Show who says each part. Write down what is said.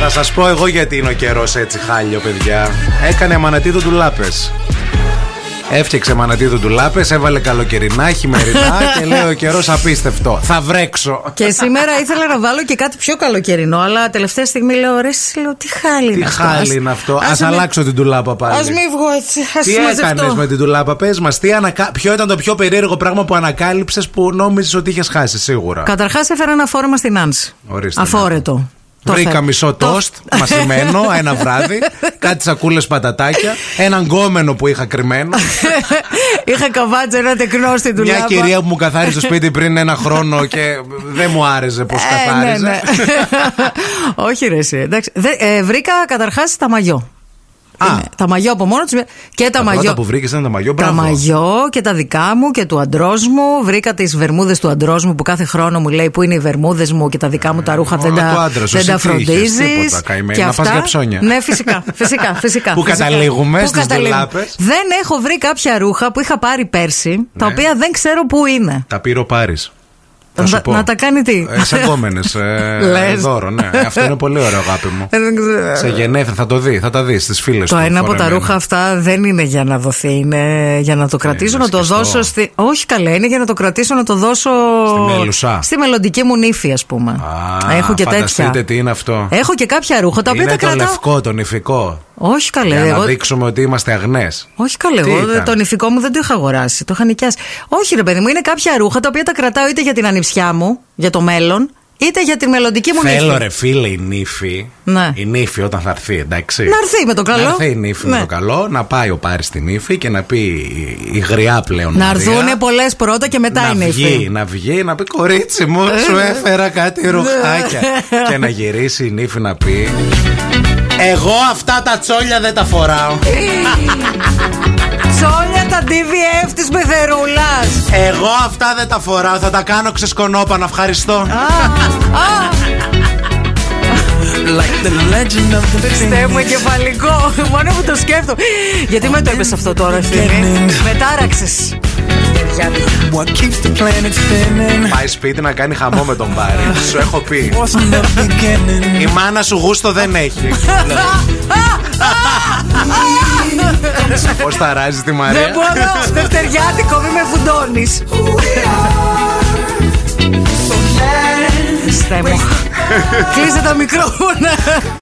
Speaker 1: Θα σας πω εγώ γιατί είναι ο καιρός έτσι χάλιο παιδιά Έκανε μανατίδου ντουλάπες Έφτιαξε μανατίδου ντουλάπε, έβαλε καλοκαιρινά, χειμερινά και λέει ο καιρός απίστευτο. Θα βρέξω.
Speaker 2: Και σήμερα ήθελα να βάλω και κάτι πιο καλοκαιρινό, αλλά τελευταία στιγμή λέω ρε, εσύ, λέω τι χάλι
Speaker 1: Τι
Speaker 2: είναι αυτό.
Speaker 1: χάλι
Speaker 2: ας-
Speaker 1: είναι αυτό. Ας
Speaker 2: μην-
Speaker 1: αλλάξω την τουλάπα πάλι.
Speaker 2: Ας μην βγω έτσι. Ας
Speaker 1: Τι έκανες με την τουλάπα, πες μας, αнаκα... ποιο ήταν το πιο περίεργο πράγμα που ανακάλυψες που νόμιζες ότι είχες χάσει σίγουρα.
Speaker 2: Καταρχάς έφερα ένα φόρεμα στην Άνση.
Speaker 1: Ορίστε, ναι.
Speaker 2: Αφόρετο. Το
Speaker 1: Βρήκα
Speaker 2: φε-
Speaker 1: μισό
Speaker 2: το-
Speaker 1: τόστ μασημένο ένα βράδυ, κάτι σακούλε πατατάκια, έναν γκόμενο που είχα κρυμμένο.
Speaker 2: Είχα καβάτζα ένα τεκνό στην τουλάπα.
Speaker 1: Μια κυρία που μου καθάρισε το σπίτι πριν ένα χρόνο και δεν μου άρεσε πώ
Speaker 2: Ε, ναι,
Speaker 1: καθάριζε.
Speaker 2: ναι. Όχι, ρε, εσύ. Εντάξει. Δε- ε, βρήκα καταρχάς τα μαγιό.
Speaker 1: Α,
Speaker 2: Είναι Τα μαγιό από μόνος του. Και τα,
Speaker 1: τα
Speaker 2: μαγιό.
Speaker 1: πρώτα που βρήκες ήταν τα μαγιό,
Speaker 2: Τα
Speaker 1: μπράβο.
Speaker 2: μαγιό και τα δικά μου και του αντρός μου. Βρήκα τις βερμούδες του αντρός μου που κάθε χρόνο μου λέει που είναι οι βερμούδες μου και τα δικά μου τα ρούχα δεν
Speaker 1: μόνο Ε, του
Speaker 2: τα,
Speaker 1: άντρα σου,
Speaker 2: δεν
Speaker 1: εσύ
Speaker 2: τα
Speaker 1: τι είχες,
Speaker 2: φροντίζεις.
Speaker 1: τίποτα, καημένη, να πας για ψώνια.
Speaker 2: Ναι, φυσικά. φυσικά, φυσικά
Speaker 1: Που
Speaker 2: φυσικά.
Speaker 1: καταλήγουμε
Speaker 2: Που
Speaker 1: στις
Speaker 2: καταλήγουμε.
Speaker 1: ντουλάπες.
Speaker 2: Δεν έχω βρει κάποια ρούχα που είχα πάρει πέρσι, τα
Speaker 1: Ναι.
Speaker 2: οποία δεν ξέρω πού είναι.
Speaker 1: Τα πήρε ο Πάρης. Θα
Speaker 2: Να-
Speaker 1: σου πω.
Speaker 2: να τα κάνει τι?
Speaker 1: Ε, σε κόμενες, ε,
Speaker 2: Λες.
Speaker 1: δώρο, ναι. Αυτό είναι πολύ ωραίο, αγάπη μου.
Speaker 2: Ε, Δεν ξέρω.
Speaker 1: Ναι. σε γενέθλια, θα το δει, θα τα δεις στις φίλες
Speaker 2: Το ένα από τα ρούχα αυτά δεν είναι για να δοθεί, είναι για να το
Speaker 1: Ε,
Speaker 2: κρατήσω,
Speaker 1: είναι
Speaker 2: να το
Speaker 1: σκιστό.
Speaker 2: δώσω. Στη... Όχι καλέ, είναι για να το κρατήσω, να το δώσω.
Speaker 1: Στη μέλουσα.
Speaker 2: Στη μελλοντική μου νύφη, ας πούμε.
Speaker 1: Α,
Speaker 2: Έχω και
Speaker 1: φανταστείτε
Speaker 2: τέτοια. Ε,
Speaker 1: τι είναι αυτό.
Speaker 2: Έχω και κάποια ρούχα τα οποία
Speaker 1: είναι
Speaker 2: τα
Speaker 1: το
Speaker 2: κρατάω.
Speaker 1: λευκό, το νηφικό.
Speaker 2: Όχι καλέ.
Speaker 1: Για να
Speaker 2: Ε, εγώ-
Speaker 1: δείξουμε ότι είμαστε αγνές.
Speaker 2: Όχι καλέ.
Speaker 1: Τι
Speaker 2: Εγώ
Speaker 1: ήταν?
Speaker 2: το νηφικό μου δεν το είχα αγοράσει. Το είχα νοικιάσει. Όχι ρε παιδί μου, είναι κάποια ρούχα τα οποία τα κρατάω είτε για την ανιψιά μου, για το μέλλον, είτε για τη μελλοντική μου
Speaker 1: Θέλω
Speaker 2: νύφη.
Speaker 1: ρε φίλε η νύφη.
Speaker 2: Ναι.
Speaker 1: Η νύφη όταν θα έρθει, εντάξει.
Speaker 2: Να έρθει με το καλό.
Speaker 1: Να έρθει η νύφη με
Speaker 2: Ναι.
Speaker 1: το καλό, να πάει ο Πάρης στην νύφη και να πει η- η γριά πλέον.
Speaker 2: Να
Speaker 1: Μαρία.
Speaker 2: έρθουν πολλές πρώτα και μετά
Speaker 1: να
Speaker 2: είναι η Ε.
Speaker 1: βγει,
Speaker 2: φίλη.
Speaker 1: να βγει, να πει κορίτσι μου, σου έφερα κάτι
Speaker 2: Ναι.
Speaker 1: ρουχάκια. και να γυρίσει η νύφη να πει. Εγώ αυτά τα τσόλια δεν τα φοράω.
Speaker 2: Τσόλια τα DVF της Μπεθερούλας
Speaker 1: Εγώ αυτά δεν τα φοράω. Θα τα κάνω ξεσκονόπανα. Ευχαριστώ.
Speaker 3: Like the legend of the
Speaker 2: Χριστέ μου εγκεφαλικό Μόνο που το σκέφτομαι Γιατί με το είπες αυτό τώρα ευθύνη Με τάραξες
Speaker 3: phoenix. What keeps the planet spinning?
Speaker 1: Πάει σπίτι να κάνει χαμό με τον Πάρη. Σου έχω πει.
Speaker 3: Force from the beginning.
Speaker 1: Η μάνα σου γούστο δεν έχει. Πώς ταράζει τη
Speaker 2: Δεν
Speaker 1: Μαρία.
Speaker 2: μπορώ Δευτεριάτικο μη με φουντώνεις Χριστέ μου Κλείσε τα μικρόφωνα